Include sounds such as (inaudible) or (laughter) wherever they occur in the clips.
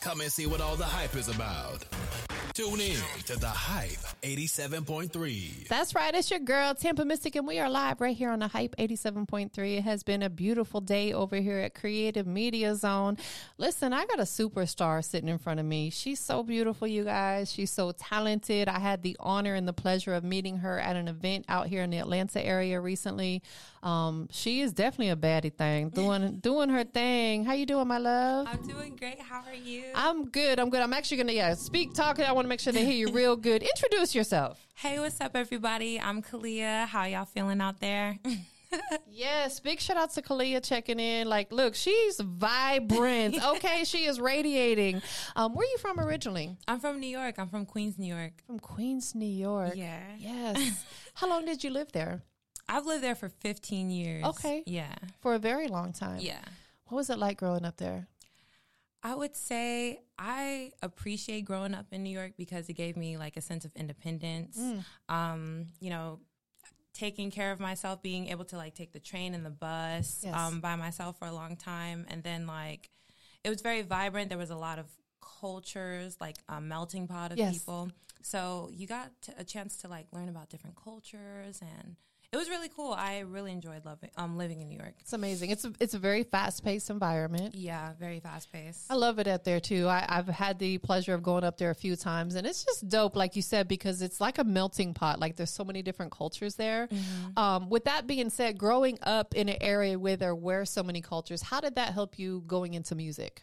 Come and see what all the hype is about. Tune in to The Hype 87.3. That's right. It's your girl, Tampa Mystic, and we are live right here on the Hype 87.3. It has been a beautiful day over here at Creative Media Zone. Listen, I got a superstar sitting in front of me. She's so beautiful, you guys. She's so talented. I had the honor and the pleasure of meeting her at an event out here in the Atlanta area recently. Um, she is definitely a baddie thing, doing doing her thing. How you doing, my love? I'm doing great. How are you? I'm good. I'm good. I'm actually gonna yeah speak talking. I want to make sure they hear you real good. Introduce yourself. hey, what's up, everybody? I'm Kalia. How y'all feeling out there? (laughs) Yes, big shout out to Kalia checking in. Like, look, she's (laughs) vibrant. Okay, she is radiating. Um, where are you from originally? I'm from New York. I'm from Queens, New York. From Queens, New York. Yeah. (laughs) Yes. How long did you live there? I've lived there for 15 years. Okay. Yeah. For a very long time. Yeah. What was it like growing up there? I would say I appreciate growing up in New York because it gave me like a sense of independence. Um, you know, taking care of myself, being able to like take the train and the bus Yes. um, by myself for a long time, and then like it was very vibrant. There was a lot of cultures, like a melting pot of Yes. people. So you got to, a chance to like learn about different cultures, and it was really cool. I really enjoyed loving um, living in New York. It's amazing. It's a, it's a very fast paced environment. Yeah, very fast paced. I love it up there too. I, I've had the pleasure of going up there a few times, and it's just dope, like you said, because it's like a melting pot. Like there's so many different cultures there. Um, with that being said, growing up in an area where there were so many cultures, how did that help you going into music?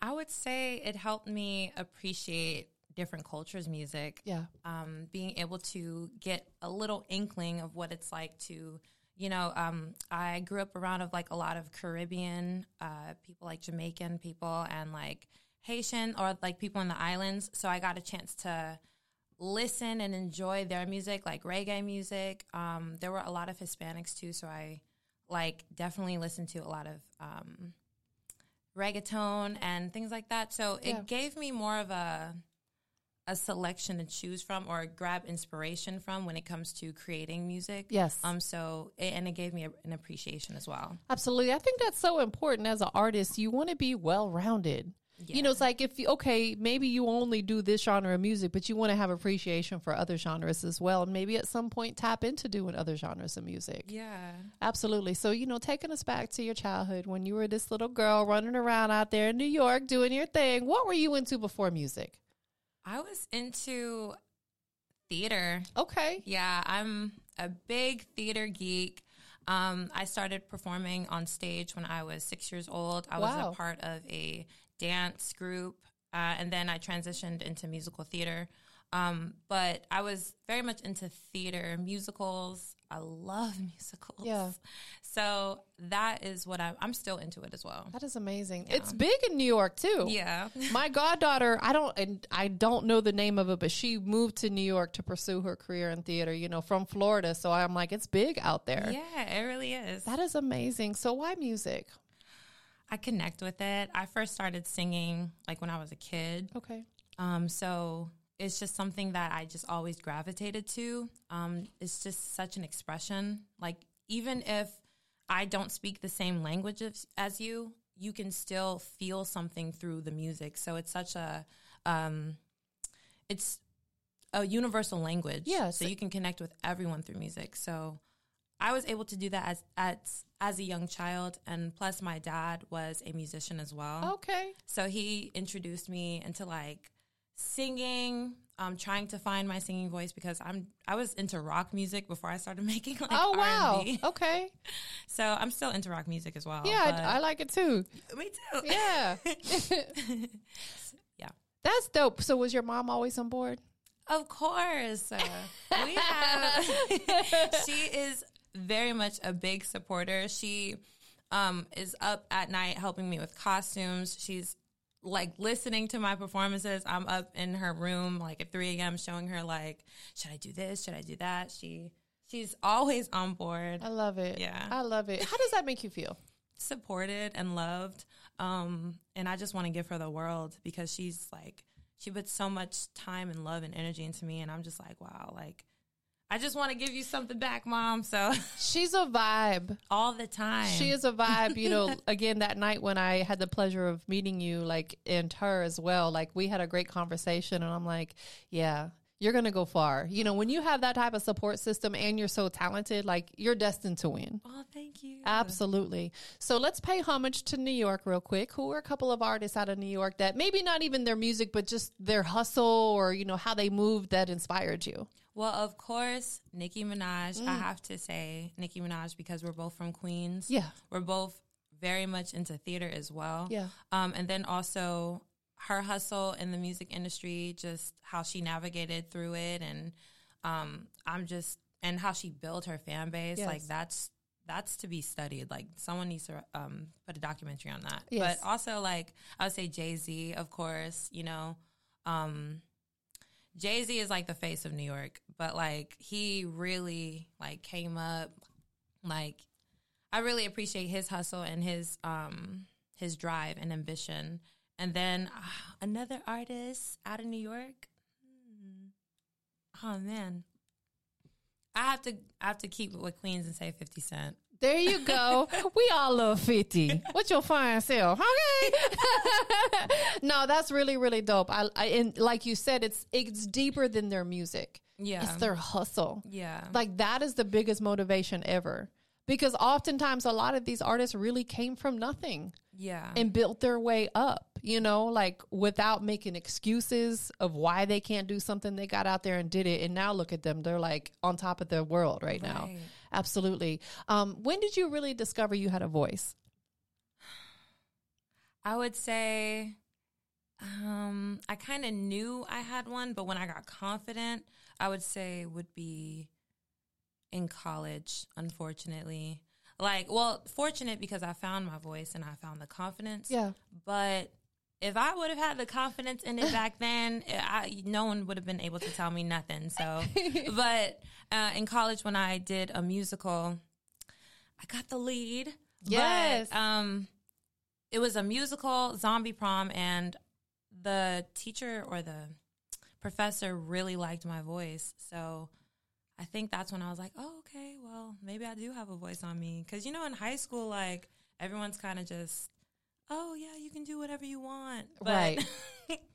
I would say it helped me appreciate different cultures' music. Yeah, um, being able to get a little inkling of what it's like to, you know, um, I grew up around of like a lot of Caribbean uh, people, like Jamaican people, and like Haitian or like people in the islands. So I got a chance to listen and enjoy their music, like reggae music. Um, there were a lot of Hispanics too, so I like definitely listened to a lot of um, reggaeton and things like that. So it Yeah. gave me more of a a selection to choose from or grab inspiration from when it comes to creating music. Yes. Um. So a- and it gave me a, an appreciation as well. absolutely. I think that's so important as an artist. You want to be well rounded. You know, it's like if you, okay, maybe you only do this genre of music, but you want to have appreciation for other genres as well, and maybe at some point tap into doing other genres of music. Yeah. Absolutely. So, you know, taking us back to your childhood when you were this little girl running around out there in New York doing your thing, what were you into before music? I was into theater. Okay. Yeah, I'm a big theater geek. Um, I started performing on stage when I was six years old. I Wow. was a part of a dance group, uh, and then I transitioned into musical theater. Um, but I was very much into theater, musicals. I love (laughs) musicals. Yeah. So that is what I'm, I'm still into it as well. That is amazing. It's big in New York, too. Yeah. (laughs) My goddaughter, I don't and I don't know the name of it, but she moved to New York to pursue her career in theater, you know, from Florida. So I'm like, it's big out there. Yeah, it really is. That is amazing. So why music? I connect with it. I first started singing like when I was a kid. Okay. Um, so it's just something that I just always gravitated to. Um, it's just such an expression. Like even if I don't speak the same language as, as you, you can still feel something through the music. So it's such a, um, it's a universal language. Yeah, So so- you can connect with everyone through music. So I was able to do that as as as a young child, and plus my dad was a musician as well. Okay. So he introduced me into like singing, um, trying to find my singing voice because I'm I was into rock music before I started (laughs) making like Oh wow. R&B. (laughs) Okay. So I'm still into rock music as well. Yeah, I, I like it too. but- me too. Yeah. (laughs) Yeah. That's dope. So was your mom always on board? Of course. Uh, we have (laughs) she is very much a big supporter. She um, is up at night helping me with costumes. She's like listening to my performances. I'm up in her room like at 3 a.m. showing her like, should I do this? Should I do that? She she's always on board, I love it. Yeah. I love it. How does that make you feel? supported and loved. Um, and I just want to give her the world because she's like she puts so much time and love and energy into me, and I'm just like, wow, like. I just want to give you something back, mom. So (laughs) She's a vibe. all the time. She is a vibe, you know. again, that night when I had the pleasure of meeting you, like, and her as well, like, we had a great conversation, and I'm like, yeah, you're going to go far. You know, when you have that type of support system and you're so talented, like, you're destined to win. Oh, thank you. Uh, Absolutely. So let's pay homage to New York real quick. Who are a couple of artists out of New York that maybe not even their music, but just their hustle or, you know, how they moved that inspired you? Well, of course, Nicki Minaj. I have to say Nicki Minaj because we're both from Queens. Mm. Yeah. We're both very much into theater as well. Yeah. Um, and then also her hustle in the music industry, just how she navigated through it and um I'm just and how she built her fan base. Yes. Like that's that's to be studied. Like someone needs to um, put a documentary on that. Yes. But also like I would say Jay Z, of course, you know. Um, Jay Z is like the face of New York, but like he really like came up. Like I really appreciate his hustle and his um his drive and ambition. And then ah, another artist out of New York. Hmm. Oh man, I have to I have to keep it with Queens and say Fifty Cent. There you (laughs) go. we all love 50. What's your fine self? Okay. (laughs) no, that's really, really dope. I, I and like you said, it's it's deeper than their music. Yeah. It's their hustle. Yeah, Like that is the biggest motivation ever. Because oftentimes a lot of these artists really came from nothing yeah, and built their way up, you know, like without making excuses of why they can't do something. They got out there and did it. And now look at them. They're like on top of the world right, now. Right. Absolutely. Um, when did you really discover you had a voice? I would say um, I kind of knew I had one, but when I got confident, I would say would be in college, unfortunately. Like, well, fortunate because I found my voice and I found the confidence. Yeah. But if I would have had the confidence in it back then, I, no one would have been able to tell me nothing. So, but uh, in college, when I did a musical, I got the lead. Yes. But, um, it was a musical, Zombie Prom, and the teacher or the professor really liked my voice. So I think that's when I was like, oh, okay, well, maybe I do have a voice on me. Because, you know, in high school, like, everyone's kind of just, oh, yeah, you can do whatever you want. But Right.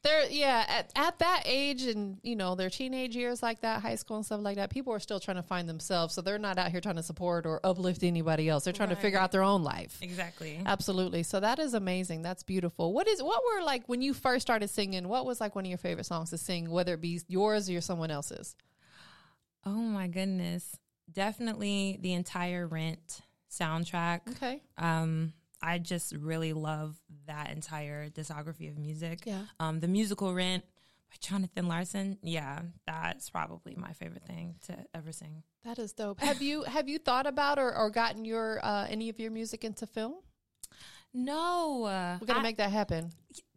They're, yeah, at, at that age and, you know, their teenage years like that, high school and stuff like that, people are still trying to find themselves. So they're not out here trying to support or uplift anybody else. They're trying to figure out their own life. (laughs) exactly. Uh, Absolutely. So that is amazing. That's beautiful. What is what were like when you first started singing? What was like one of your favorite songs to sing, whether it be yours or your someone else's? Oh, my goodness. Definitely the entire Rent soundtrack. Okay. Um, I just really love that entire discography of music. Yeah. Um, the musical Rent by Jonathan Larson. Yeah, that's probably my favorite thing to ever sing. That is dope. Have you have you thought about or, or gotten your uh, any of your music into film? No, uh, We're gonna I- make that happen.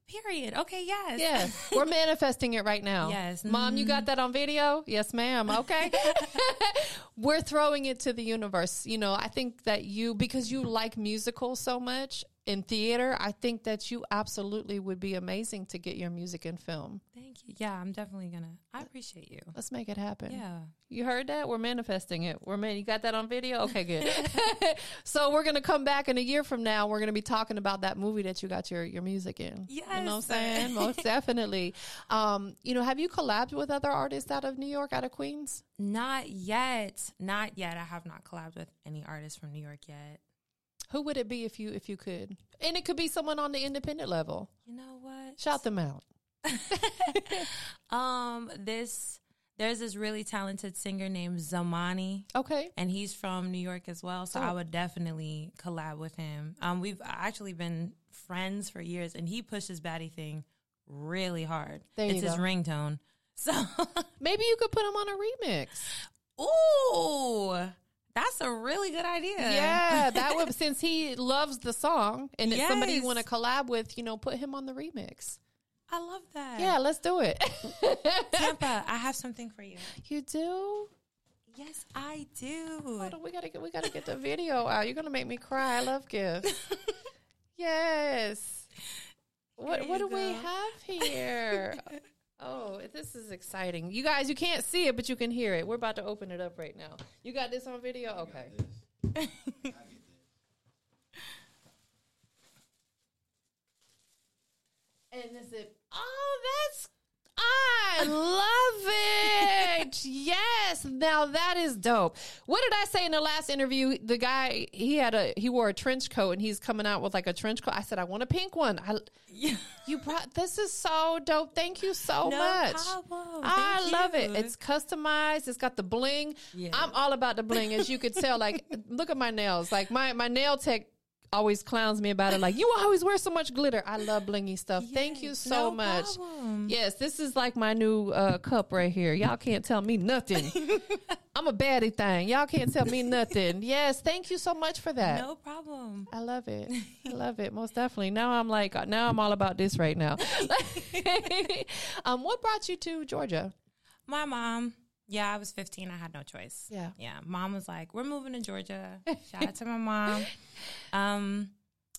period. Okay, yes, Yes, we're manifesting it right now. Yes. mom, you got that on video? Yes, ma'am. Okay, (laughs) we're throwing it to the universe. You know, I think that you because you like musicals so much in theater, I think that you absolutely would be amazing to get your music in film. Thank you. Yeah, I'm definitely gonna. I appreciate you. Let's make it happen. Yeah. You heard that? We're manifesting it. We're man. You got that on video? Okay, good. (laughs) so we're gonna come back in a year from now. We're gonna be talking about that movie that you got your your music in. you know what I'm Yes. saying? (laughs) Most definitely. Um, you know, have you collabed with other artists out of New York, out of Queens? Not yet. Not yet. I have not collabed with any artist from New York yet. Who would it be if you if you could? And it could be someone on the independent level. You know what? Shout them out. Um, this there's this really talented singer named Zamani. Okay. and he's from New York as well. Oh. So I would definitely collab with him. Um, we've actually been friends for years, and he pushes Batty thing really hard. There you it's his go. ringtone. So, (laughs) Maybe you could put them on a remix. ooh, that's a really good idea. (laughs) Yeah, that would since he loves the song and it's somebody you Yes. want to collab with, you know, put him on the remix. I love that. Yeah, let's do it. (laughs) Tampa, I have something for you. You do? Yes, I do. Hold on, we gotta get we gotta get the video out. You're gonna make me cry. I love (laughs) (laughs) gifts. yes. What Here what do you we (laughs) go. have here? Oh, this is exciting. You guys, you can't see it, but you can hear it. We're about to open it up right now. You got this on video? Okay. and is it Oh, that's I love (laughs) it. yes. Now that is dope. What did I say in the last interview? The guy, he had a he wore a trench coat and he's coming out with like a trench coat. I said I want a pink one. I Yeah. you brought this is so dope. Thank you so No much. problem. I Oh, Thank love it. you. It's customized. It's got the bling. Yes. I'm all about the bling, as you could (laughs) tell. Like, look at my nails. Like my my nail tech always clowns me about it. Like, you always wear so much glitter. I love blingy stuff. Thank you Yes, so no much. problem. Yes, this is like my new uh, cup right here. Y'all can't tell me nothing. (laughs) I'm a baddie thing. Y'all can't tell me nothing. Yes, thank you so much for that. No problem. I love it. (laughs) I love it most definitely. Now I'm like, now I'm all about this right now. (laughs) (laughs) um, what brought you to Georgia? My mom, yeah, I was 15. I had no choice. Yeah. Yeah. Mom was like, we're moving to Georgia. Shout out to (laughs) my mom. Um,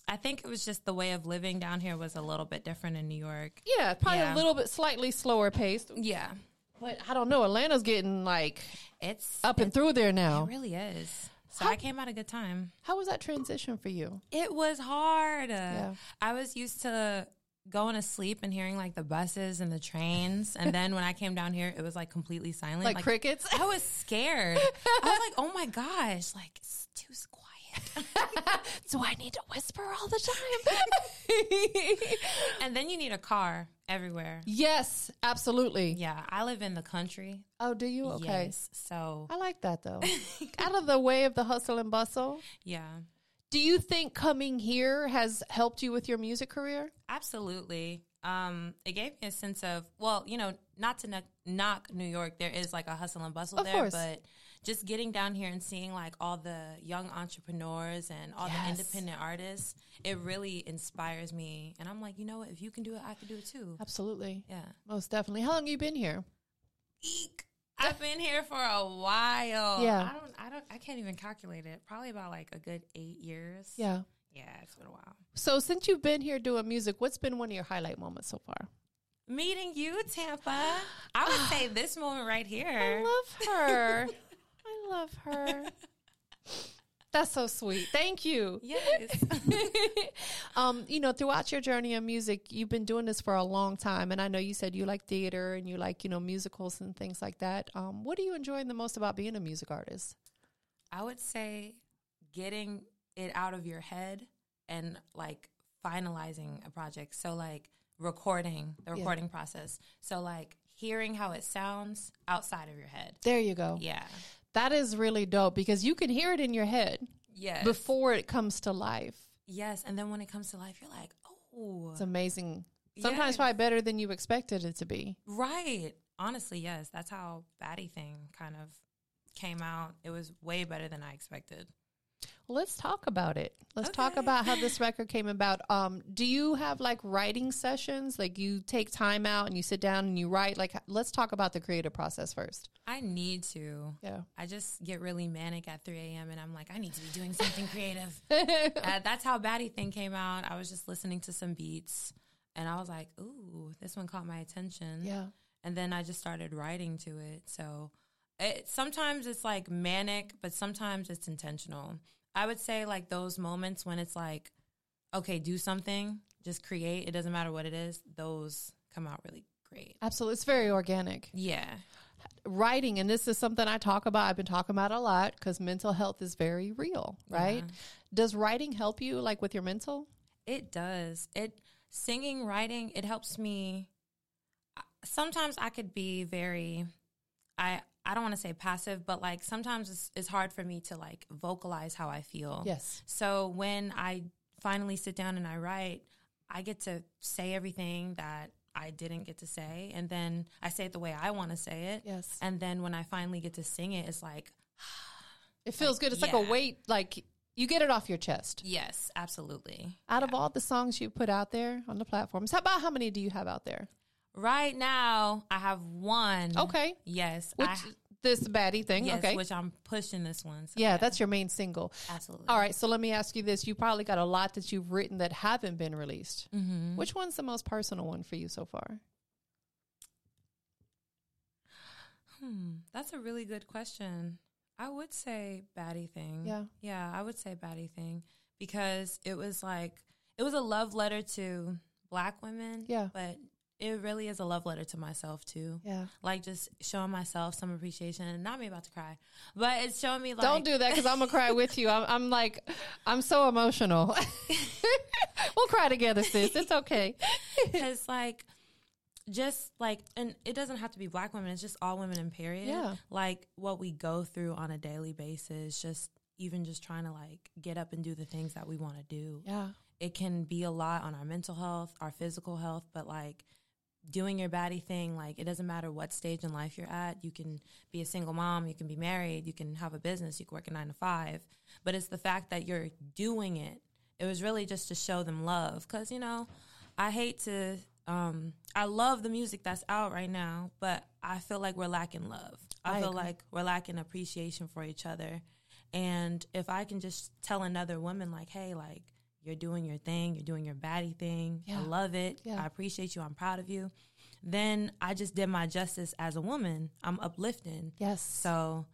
I think it was just the way of living down here was a little bit different in New York. Yeah, probably Yeah. a little bit slightly slower paced, Yeah. but I don't know. Atlanta's getting like It's, up and through there now. it really is. So I came at a good time. How was that transition for you? It was hard. I was used to going to sleep and hearing like the buses and the trains. And then when I came down here, it was like completely silent. Like, crickets? I was scared. I was like, oh my gosh, like it's too quiet. (laughs) Do I need to whisper all the time? and then you need a car everywhere. (laughs) yes, absolutely. Yeah, I live in the country. Oh, do you? Okay. Yes. So, I like that (laughs) though. Out of the way of the hustle and bustle. yeah, Do you think coming here has helped you with your music career? absolutely. Um, it gave me a sense of, well, you know, not to knock, knock New York, there is like a hustle and bustle Of there, course. but just getting down here and seeing like all the young entrepreneurs and all Yes. the independent artists, it really inspires me. And I'm like, you know what? If you can do it, I can do it too. Absolutely. Yeah. Most definitely. How long you been here? Eek. I've been here for a while. Yeah. I don't I don't I can't even calculate it. Probably about like a good eight years. Yeah. Yeah, it's been a while. So since you've been here doing music, what's been one of your highlight moments so far? Meeting you, Tampa. I would say this moment right I here. love her. I love her. That's so sweet. Thank you. Yes. um, you know, throughout your journey of music, you've been doing this for a long time, and I know you said you like theater and you like, you know, musicals and things like that. Um, what are you enjoying the most about being a music artist? I would say getting it out of your head and like finalizing a project. So like recording, the recording process. So like hearing how it sounds outside of your head. There you go. Yeah. That is really dope because you can hear it in your head Yes. before it comes to life. yes. And then when it comes to life, you're like, oh, It's amazing. Sometimes Yes. probably better than you expected it to be. Right. Honestly, yes. That's how Batty Thing kind of came out. It was way better than I expected. Let's talk about it. Let's talk Okay. about how this record came about. Um, do you have like writing sessions? Like you take time out and you sit down and you write? Like, let's talk about the creative process first. I need to. Yeah. I just get really manic at 3 a.m. and I'm like, I need to be doing something creative. uh, that's how Batty Thing came out. I was just listening to some beats and I was like, ooh, this one caught my attention. Yeah. And then I just started writing to it. So it, sometimes it's like manic, but sometimes it's intentional. I would say like those moments when it's like, okay, do something, just create. It doesn't matter what it is. Those come out really great. Absolutely. It's very organic. Yeah. writing and this is something i talk about i've been talking about a lot because mental health is very real right does writing help you like with your mental It does. It singing, writing, it helps me. uh, Sometimes I could be very, I I don't want to say passive, but like sometimes it's, it's hard for me to like vocalize how I feel. yes So when I finally sit down and I write, I get to say everything that I didn't get to say, and then I say it the way I want to say it. Yes. And then when I finally get to sing it, it's like, it feels good it's like yeah. a weight like you get it off your chest yes, absolutely. out of all the songs you put out there on the platforms how about how many do you have out there Right now, I have one. okay Yes. which I, this baddie thing yes, okay which I'm pushing this one. So yeah that's your main single absolutely. all right so let me ask you this you probably got a lot that you've written Mm-hmm. that haven't been released which one's the most personal one for you so far That's a really good question. I would say baddie thing. Yeah. Yeah, I would say baddie thing because it was like it was a love letter to black women. Yeah. But it really is a love letter to myself too. Yeah. Like just showing myself some appreciation. Not me about to cry. But it's showing me like Don't do that because I'm gonna cry with you. I'm, I'm like, I'm so emotional. (laughs) we'll cry together, sis. It's okay. (laughs) because like just like and it doesn't have to be black women it's just all women in period Yeah. like what we go through on a daily basis just even just trying to like get up and do the things that we want to do Yeah, it can be a lot on our mental health our physical health but like doing your baddie thing like it doesn't matter what stage in life you're at you can be a single mom you can be married you can have a business you can work a nine to five but it's the fact that you're doing it it was really just to show them love because you know i hate to um, i love the music that's out right now but i feel like we're lacking love i, I feel agree. like we're lacking appreciation for each other and if i can just tell another woman like hey like you're doing your thing you're doing your baddie thing Yeah. i love it Yeah. i appreciate you i'm proud of you then I just did my justice as a woman. I'm uplifting. yes. So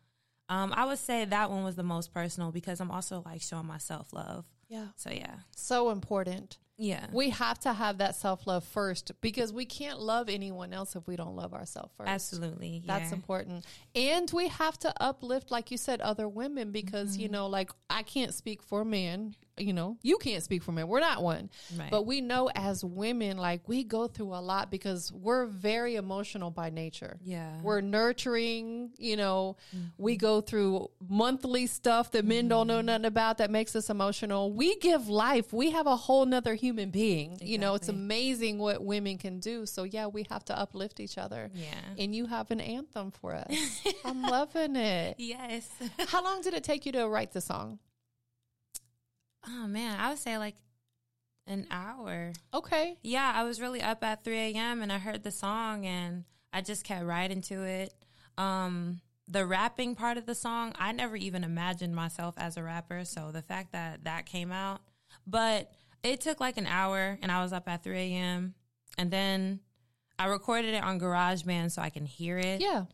um, I would say that one was the most personal because I'm also like showing myself love. yeah, So yeah. so important. Yeah. We have to have that self love first because we can't love anyone else if we don't love ourselves first. Absolutely. That's yeah. important. And we have to uplift, like you said, other women because, Mm-hmm. you know, like I can't speak for men, you know, you can't speak for men. We're not one. Right. But we know as women, like we go through a lot because we're very emotional by nature. Yeah. Mm-hmm. We're nurturing, you know, we go through monthly stuff that men don't know nothing about that makes us emotional. We give life. We have a whole nother human being. You know, it's Exactly. amazing what women can do. So yeah, we have to uplift each other. Yeah. And you have an anthem for us. I'm loving it. Yes. (laughs) How long did it take you to write the song? oh man, I would say like an hour. Okay. Yeah, I was really up at 3 a.m. and I heard the song and I just kept writing to it. Um, the rapping part of the song, I never even imagined myself as a rapper. So the fact that that came out, but it took like an hour and I was up at 3 a.m. And then I recorded it on GarageBand so I can hear it. Yeah.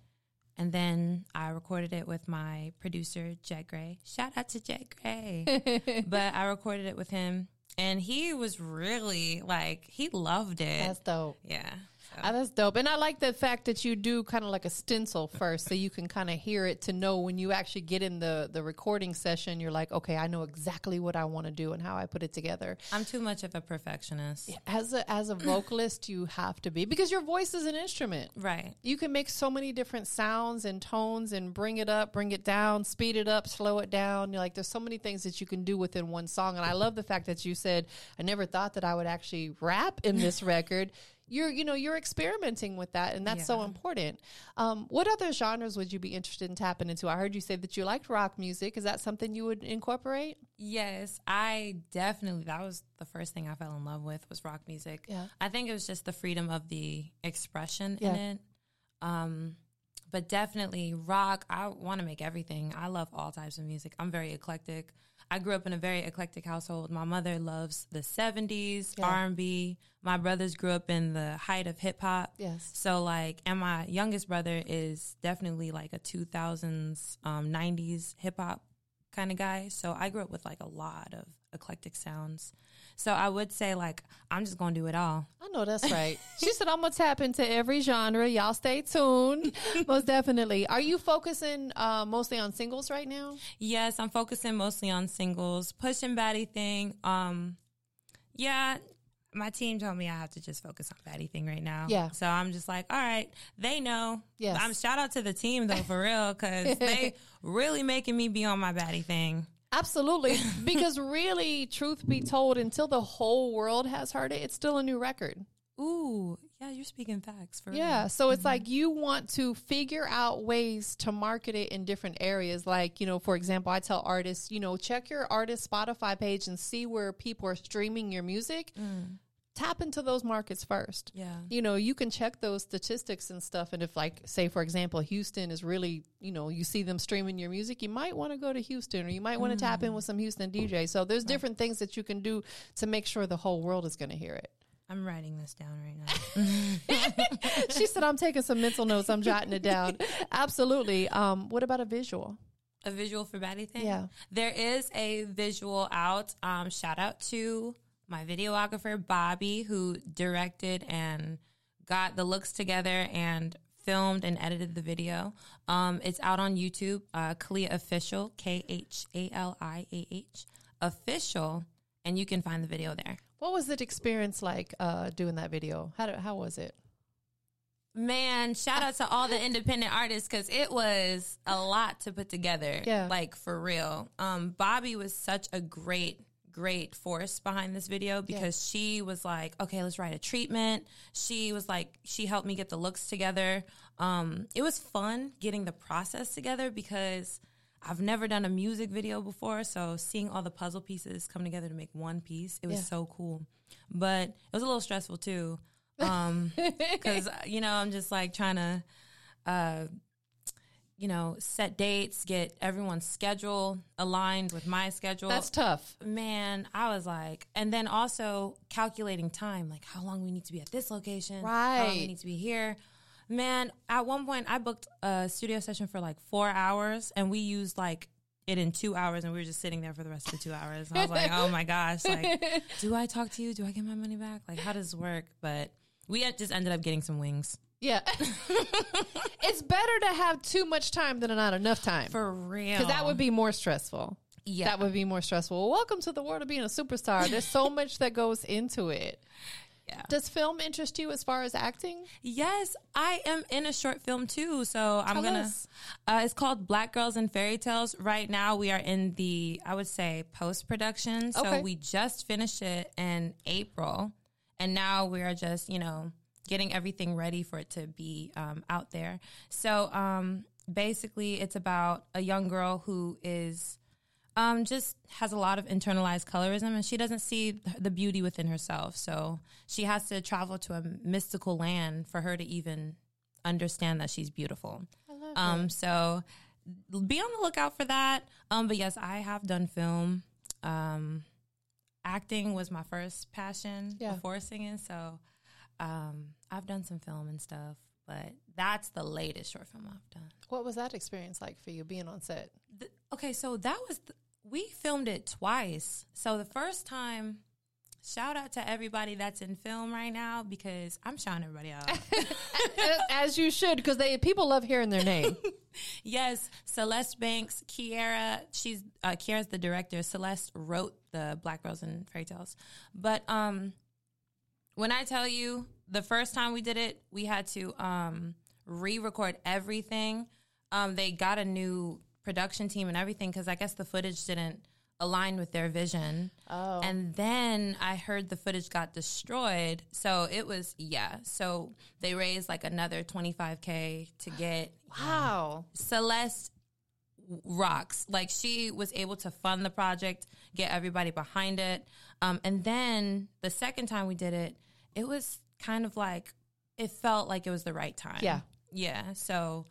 And then I recorded it with my producer, Jet Gray. Shout out to Jet (laughs) Gray. but I recorded it with him, and he was really like, he loved it. That's dope. yeah. So, Ah, that's dope. And I like the fact that you do kind of like a stencil first so you can kind of hear it to know when you actually get in the, the recording session, you're like, okay, I know exactly what I want to do and how I put it together. I'm too much of a perfectionist. As a, as a vocalist, you have to be because your voice is an instrument. Right. You can make so many different sounds and tones and bring it up, bring it down, speed it up, slow it down. You're like, there's so many things that you can do within one song. And I love the fact that you said, I never thought that I would actually rap in (laughs) this record. You're, you know, you're experimenting with that, and that's so Yeah. important. Um, what other genres would you be interested in tapping into? I heard you say that you liked rock music. Is that something you would incorporate? Yes, I definitely. That was the first thing I fell in love with was rock music. Yeah. I think it was just the freedom of the expression Yeah. in it. Um, but definitely rock. I want to make everything. I love all types of music. I'm very eclectic. I grew up in a very eclectic household. My mother loves the 70s Yeah. R&B. My brothers grew up in the height of hip hop. Yes. So like, and my youngest brother is definitely like a 2000s, um, 90s hip hop kind of guy. So I grew up with like a lot of eclectic sounds. So I would say like, I'm just gonna do it all. I know that's right. (laughs) she said, I'm going to tap into every genre. Y'all stay (laughs) tuned. most definitely. Are you focusing uh, mostly on singles right now? Yes, I'm focusing mostly on singles, pushing baddie thing. Um, yeah. My team told me I have to just focus on baddie thing right now. Yeah. So I'm just like, all right, they know. Yes. I'm shout out to the team though for (laughs) real because they really making me be on my baddie thing. Absolutely. Because really, truth be told, until the whole world has heard it, it's still a new record. Ooh, yeah, you're speaking facts for Yeah. So it's like you want to figure out ways to market it in different areas. Like, you know, for example, I tell artists, you know, check your artist Spotify page and see where people are streaming your music. Tap into those markets first. Yeah. You know, you can check those statistics and stuff. And if, like, say, for example, Houston is really, you know, you see them streaming your music, you might want to go to Houston or you might want to tap in with some Houston DJ. So there's different things that you can do to make sure the whole world is going to hear it. (laughs) I'm writing this down right now. she said, I'm taking some mental notes. I'm jotting it down. Absolutely. Um, what about a visual? a visual for Batty thing? Yeah. There is a visual out. Um, shout out to my videographer, Bobby, who directed and got the looks together and filmed and edited the video. Um, it's out on YouTube, uh, Kalia Official, K H A L I A H, Official, and you can find the video there. What was the experience like uh, doing that video? How, do, how was it? Man, shout out to all the independent artists because it was a lot to put together. Yeah. Like for real. Um, Bobby was such a great, great force behind this video because she was like, okay, let's write a treatment. She was like, she helped me get the looks together. Um, it was fun getting the process together because I've never done a music video before. So seeing all the puzzle pieces come together to make one piece, it was Yeah. so cool. But it was a little stressful too. Um, because you know I'm just like trying to, uh, you know, set dates, get everyone's schedule aligned with my schedule. That's tough. man, I was like, and then also calculating time, like how long we need to be at this location, how long we Right. need to be here. Man, at one point I booked a studio session for like four hours, and we used like it in two hours, and we were just sitting there for the rest of the two hours. And I was like, oh my gosh, like, (laughs) do I talk to you? Do I get my money back? Like, how does this work? But we had- just ended up getting some wings. Yeah. (laughs) it's better to have too much time than not enough time. For real. Because that would be more stressful. Yeah. That would be more stressful. Well, welcome to the world of being a superstar. There's (laughs) so much that goes into it. Yeah. Does film interest you as far as acting? Yes, I am in a short film too. So I'm Tell gonna. us. Uh, it's called Black Girls in Fairy Tales. Right now, we are in the I would say post production. So Okay. we just finished it in April, and now we are just you know getting everything ready for it to be um, out there. So um, basically, it's about a young girl who is um, just has a lot of internalized colorism and she doesn't see th- the beauty within herself. So she has to travel to a mystical land for her to even understand that she's beautiful. um, so be on the lookout for that. Um, but yes, I have done film. Um, acting was my first passion Yeah. before singing. So um, I've done some film and stuff, but that's the latest short film I've done. What was that experience like for you being on set? Th okay, so that was th- we filmed it twice. So the first time, shout out to everybody that's in film right now because I'm shouting everybody out. As you should, because they people love hearing their name. yes, Celeste Banks, Kiara. She's uh, Kiara's the director. Celeste wrote the Black Girls in Fairy Tales, but um, when I tell you the first time we did it, we had to um re-record everything. Um, they got a new production team and everything because I guess the footage didn't align with their vision. Oh. And then I heard the footage got destroyed. So it was, yeah. So they raised like another 25K to get (laughs) Wow. Celeste rocks. Like she was able to fund the project, get everybody behind it. Um, and then the second time we did it, it was kind of like it felt like it was the right time. Yeah. Yeah. So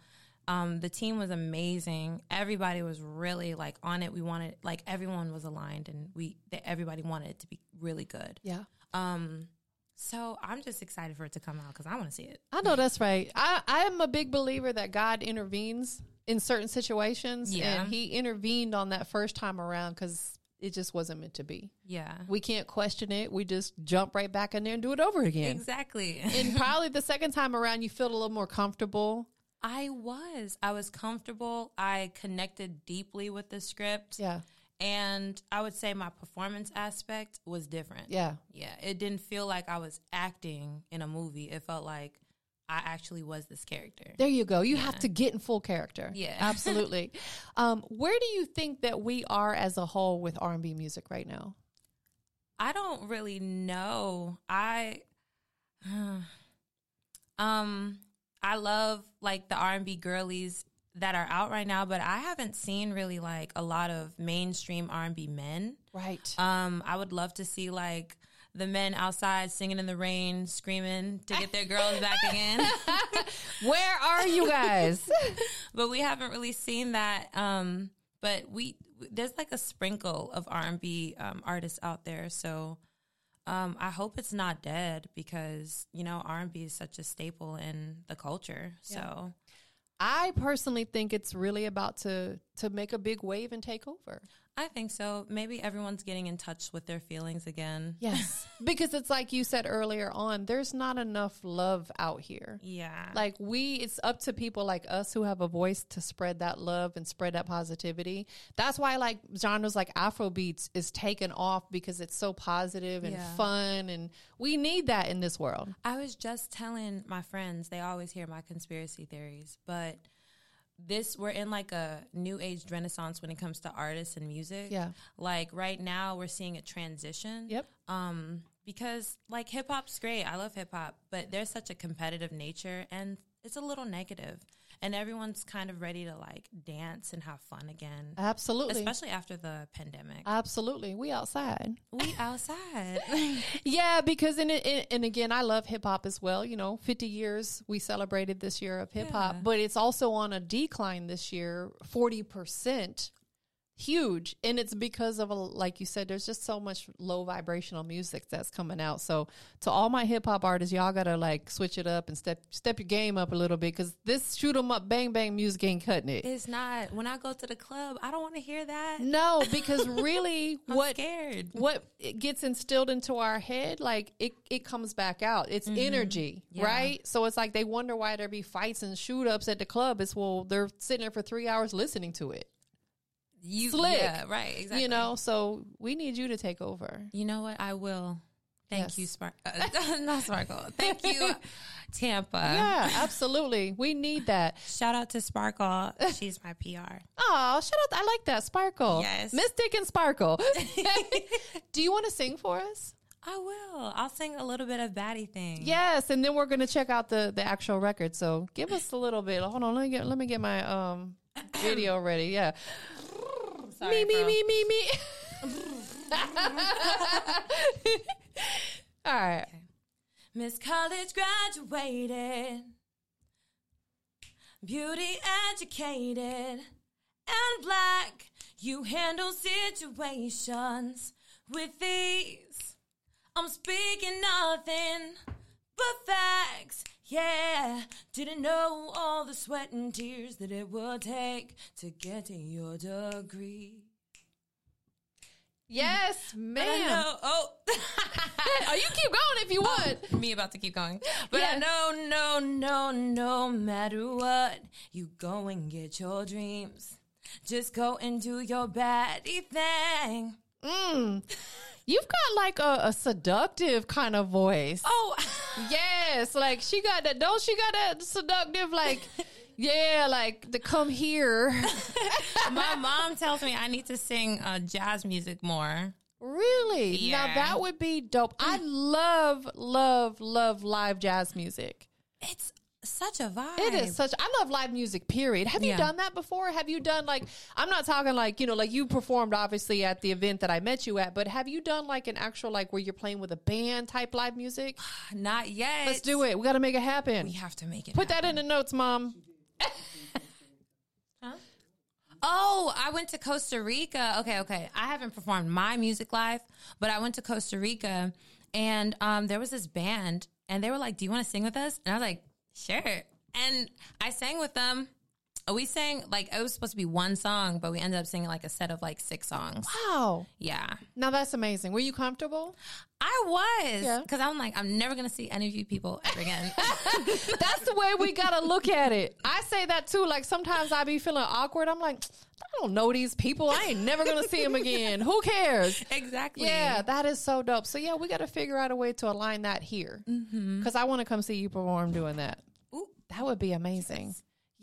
um, the team was amazing. Everybody was really like on it. We wanted like everyone was aligned and we that everybody wanted it to be really good. Yeah. Um so I'm just excited for it to come out cuz I want to see it. I know that's right. I, I am a big believer that God intervenes in certain situations. Yeah. And he intervened on that first time around because it just wasn't meant to be. Yeah. We can't question it. We just jump right back in there and do it over again. Exactly. (laughs) and probably the second time around, you feel a little more comfortable. I was. I was comfortable. I connected deeply with the script. Yeah. And I would say my performance aspect was different. Yeah. Yeah. It didn't feel like I was acting in a movie. It felt like I actually was this character. There you go. You have to get in full character. (laughs) Yeah. absolutely. Um, where do you think that we are as a whole with R and B music right now? I don't really know. I (sighs) um I love like the R&B girlies that are out right now, but I haven't seen really like a lot of mainstream R&B men. Right. Um, I would love to see like the men outside singing in the rain, screaming to get their girls back again. where are you guys? (laughs) but we haven't really seen that. Um, but we there's like a sprinkle of R and B um, artists out there, so Um, I hope it's not dead because you know R and B is such a staple in the culture. So I personally think it's really about to to make a big wave and take over. I think so. Maybe everyone's getting in touch with their feelings again. Yes. (laughs) because it's like you said earlier on, there's not enough love out here. Yeah. Like we it's up to people like us who have a voice to spread that love and spread that positivity. That's why like genres like Afrobeats is taken off because it's so positive and Yeah. fun and we need that in this world. I was just telling my friends, they always hear my conspiracy theories, but this we're in like a new age renaissance when it comes to artists and music. Yeah. Like right now we're seeing a transition. Yep. Um because like hip hop's great. I love hip hop, but there's such a competitive nature and it's a little negative and everyone's kind of ready to like dance and have fun again. Absolutely. Especially after the pandemic. Absolutely. We outside. we outside. (laughs) Yeah, because in, in and again, I love hip hop as well. You know, fifty years we celebrated this year of hip hop, Yeah. but it's also on a decline this year, forty percent, huge, and it's because of a, like you said, there's just so much low vibrational music that's coming out. So to all my hip hop artists, y'all gotta like switch it up and step step your game up a little bit because this shoot 'em up bang bang music ain't cutting it. it's not when I go to the club, I don't want to hear that. no, because really, (laughs) I'm what scared. what it gets instilled into our head, like it, it comes back out. It's Mm-hmm. energy, right? So it's like they wonder why there be fights and shoot ups at the club. It's well, they're sitting there for three hours listening to it, you slick. Yeah, right, exactly. you know. So we need you to take over. You know what? I will. Thank Yes. you, Spark. Uh, (laughs) not Sparkle. (laughs) Thank you, Tampa. Yeah, (laughs) absolutely. We need that. Shout out (laughs) to Sparkle. She's my PR. Oh, shut up! I like that sparkle. Yes. Mystic and (laughs) Sparkle. (laughs) Do you want to sing for us? I will. I'll sing a little bit of Batty Thing. Yes, and then we're gonna check out the the actual record. So give us a little bit. Hold on, let me get let me get my (laughs) um video ready. Yeah. Sorry, me me bro. me me me. All right. Miss College graduated, beauty educated, and black. You handle situations with ease. I'm speaking nothing but facts. Yeah, didn't know all the sweat and tears that it would take to get to your degree. Yes, But I ma'am. know. (laughs) Oh. Oh, you keep going if you want. (laughs) me about to keep going. But Yes. I know, no, no, no matter what, you go and get your dreams. Just go and do your baddie thing. You've got like a, a seductive kind of voice. Oh, (laughs) Yes, like she got that. Don't she got that seductive (laughs) like? Yeah, like the come here. (laughs) my mom tells me I need to sing uh, jazz music more. Really? Now Yeah. that would be dope. I love, love, love live jazz music. It's such a vibe. It is such. I love live music. Period. Have you Yeah. done that before? Have you done like? I'm not talking like you know, like you performed obviously at the event that I met you at, but have you done like an actual like where you're playing with a band type live music? Not yet. Let's do it. We got to make it happen. We have to make it. Put happen. that in the notes, mom. Oh, I went to Costa Rica. Okay, okay. I haven't performed my music live, but I went to Costa Rica and um, there was this band and they were like, Do you want to sing with us? And I was like, Sure. And I sang with them. We sang like it was supposed to be one song, but we ended up singing like a set of like six songs. Wow. Yeah. Now that's amazing. Were you comfortable? I was Yeah. because I'm like, I'm never gonna see any of you people (laughs) ever again. (laughs) That's the way we gotta look at it. I say that too. Like sometimes I be feeling awkward. I'm like, I don't know these people. I ain't never gonna see them again. Who cares? exactly. Yeah, that is so dope. So yeah, we gotta figure out a way to align that here because I want to come see you perform doing that. Ooh. That would be amazing.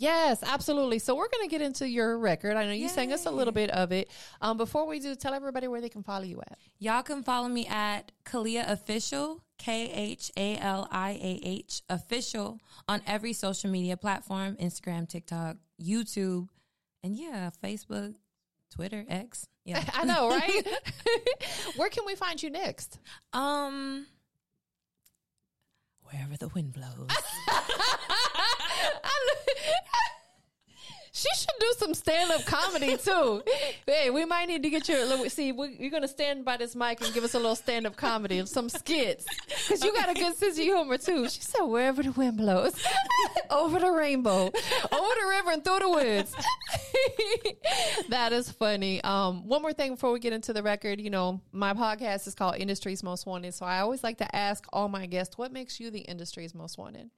Yes, absolutely. So we're gonna get into your record. I know you sang us a little bit of it. Um, before we do, tell everybody where they can follow you at. Y'all can follow me at Kalia Official, K H A L I A H Official, on every social media platform Instagram, TikTok, YouTube, and yeah, Facebook, Twitter, X. (laughs) Yeah. I know, right? where can we find you next? um, wherever the wind blows. She should do some stand up comedy too. (laughs) hey, we might need to get your. look, See, we, you're gonna stand by this mic and give us a little stand up comedy and some skits because you got a good sense of humor too. She said, "Wherever the wind blows, (laughs) over the rainbow, over the river and through the woods." (laughs) that is funny. Um, one more thing before we get into the record, you know, my podcast is called Industry's Most Wanted, so I always like to ask all my guests, "What makes you the industry's most wanted?"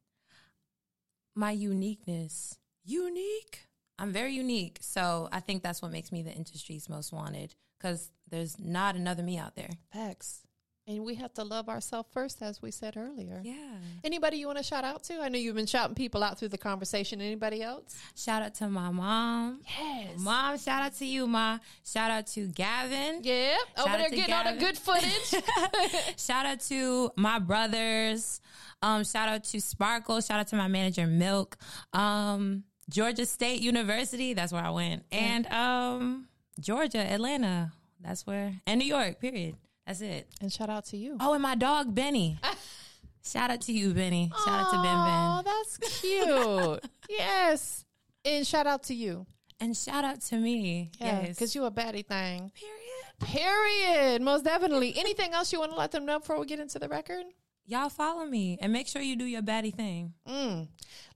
my uniqueness. Unique? I'm very unique. So I think that's what makes me the industry's most wanted because there's not another me out there. Facts. And we have to love ourselves first, as we said earlier. Yeah. Anybody you want to shout out to? I know you've been shouting people out through the conversation. Anybody else? Shout out to my mom. Yes. Mom, shout out to you, Ma. Shout out to Gavin. Yeah. Over out there to getting all the Gavin. good (laughs) footage. Shout out to my brothers. Um, shout out to Sparkle. Shout out to my manager, Milk. Um, Georgia State University. That's where I went. And um, Georgia, Atlanta. That's where. And New York, period. That's it. and shout out to you. Oh, and my dog (laughs) Benny. Shout out to you, Benny. Shout out to Ben Oh, that's (laughs) cute. yes. And shout out to you. Ben. And shout out to me. Yeah. yes. Because you a baddie thing. period. Period. Most definitely. Anything else you want to let them know before we get into the record? Y'all follow me and make sure you do your baddie thing.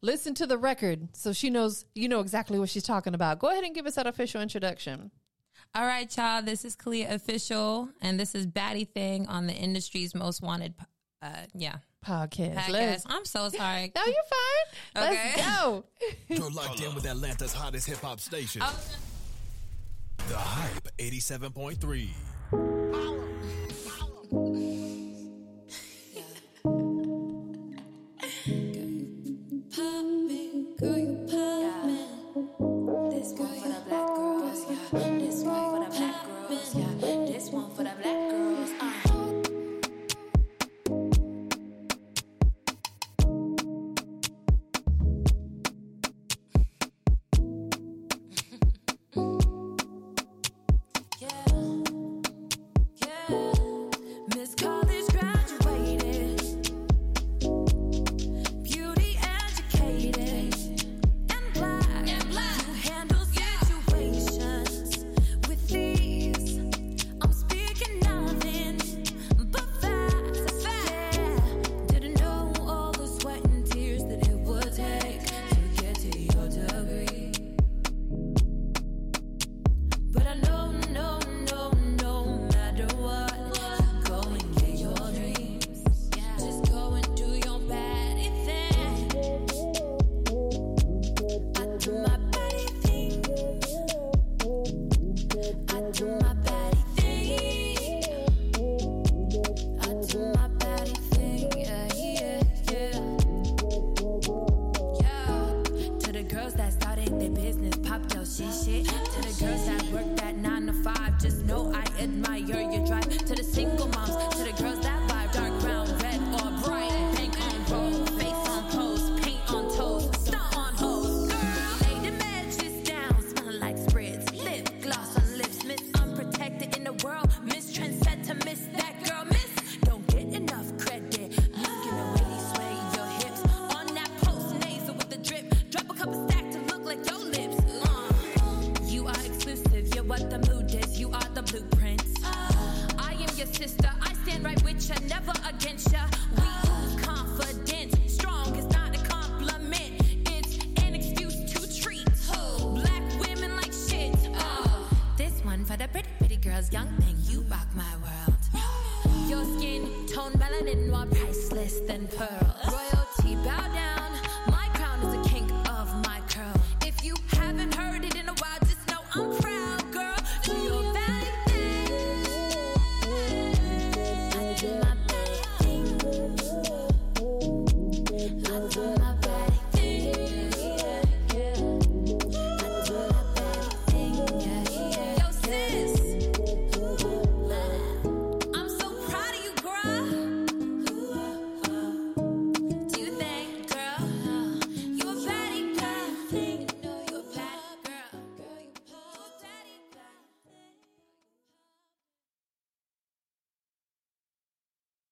Listen to the record so she knows you know exactly what she's talking about. Go ahead and give us that official introduction. All right, y'all. This is Kalia Official, and this is Baddie Thing on the industry's most wanted. po- Uh, yeah, Podcast. podcast. Let's- I'm so sorry. (laughs) No, you're fine. Let's Okay. go. You're locked in with Atlanta's hottest hip hop station. The Hype 87.3. Poppin', girl, you poppin'. This one for the black girls, yeah. This one for the black girls, yeah. This one for the black girls, uh. Yeah, yeah. Miss College graduated, beauty educated, and black. You handle situations with ease. I'm speaking nothing but facts. Yeah. Didn't know all the sweat and tears that it would take to get to your degree. But I know, no, no, no matter what, go and get your dreams. Just go and do your baddie thing. I do my baddie thing. I do my baddie thing. I do my baddie thing. Yeah, yeah, yeah. Yeah. To the girls that started their business, pop your shit shit. To the girls that work that nine to five, just know I admire your drive. To the single moms, to the girls that vibe, dark brown, red or bright, bank on roll, face on pose, paint on toes, stunt on hoes. Girl, lay the matches down, smelling like spreads, lip gloss on lips, miss unprotected in the world, miss trendset to miss that girl, miss don't get enough credit. Look in the way they sway your hips on that post nasal with the drip. Drop a couple stacks to look like your lips. Uh, you are exclusive. You're what the mood is. You are the blueprint. I am your sister. I stand right with ya, never against ya. We who's confident, strong is not a compliment. It's an excuse to treat black women like shit. Uh, this one for the pretty pretty girls, young thing. You rock my world. Your skin tone melanin more priceless than pearl. Royalty bow down.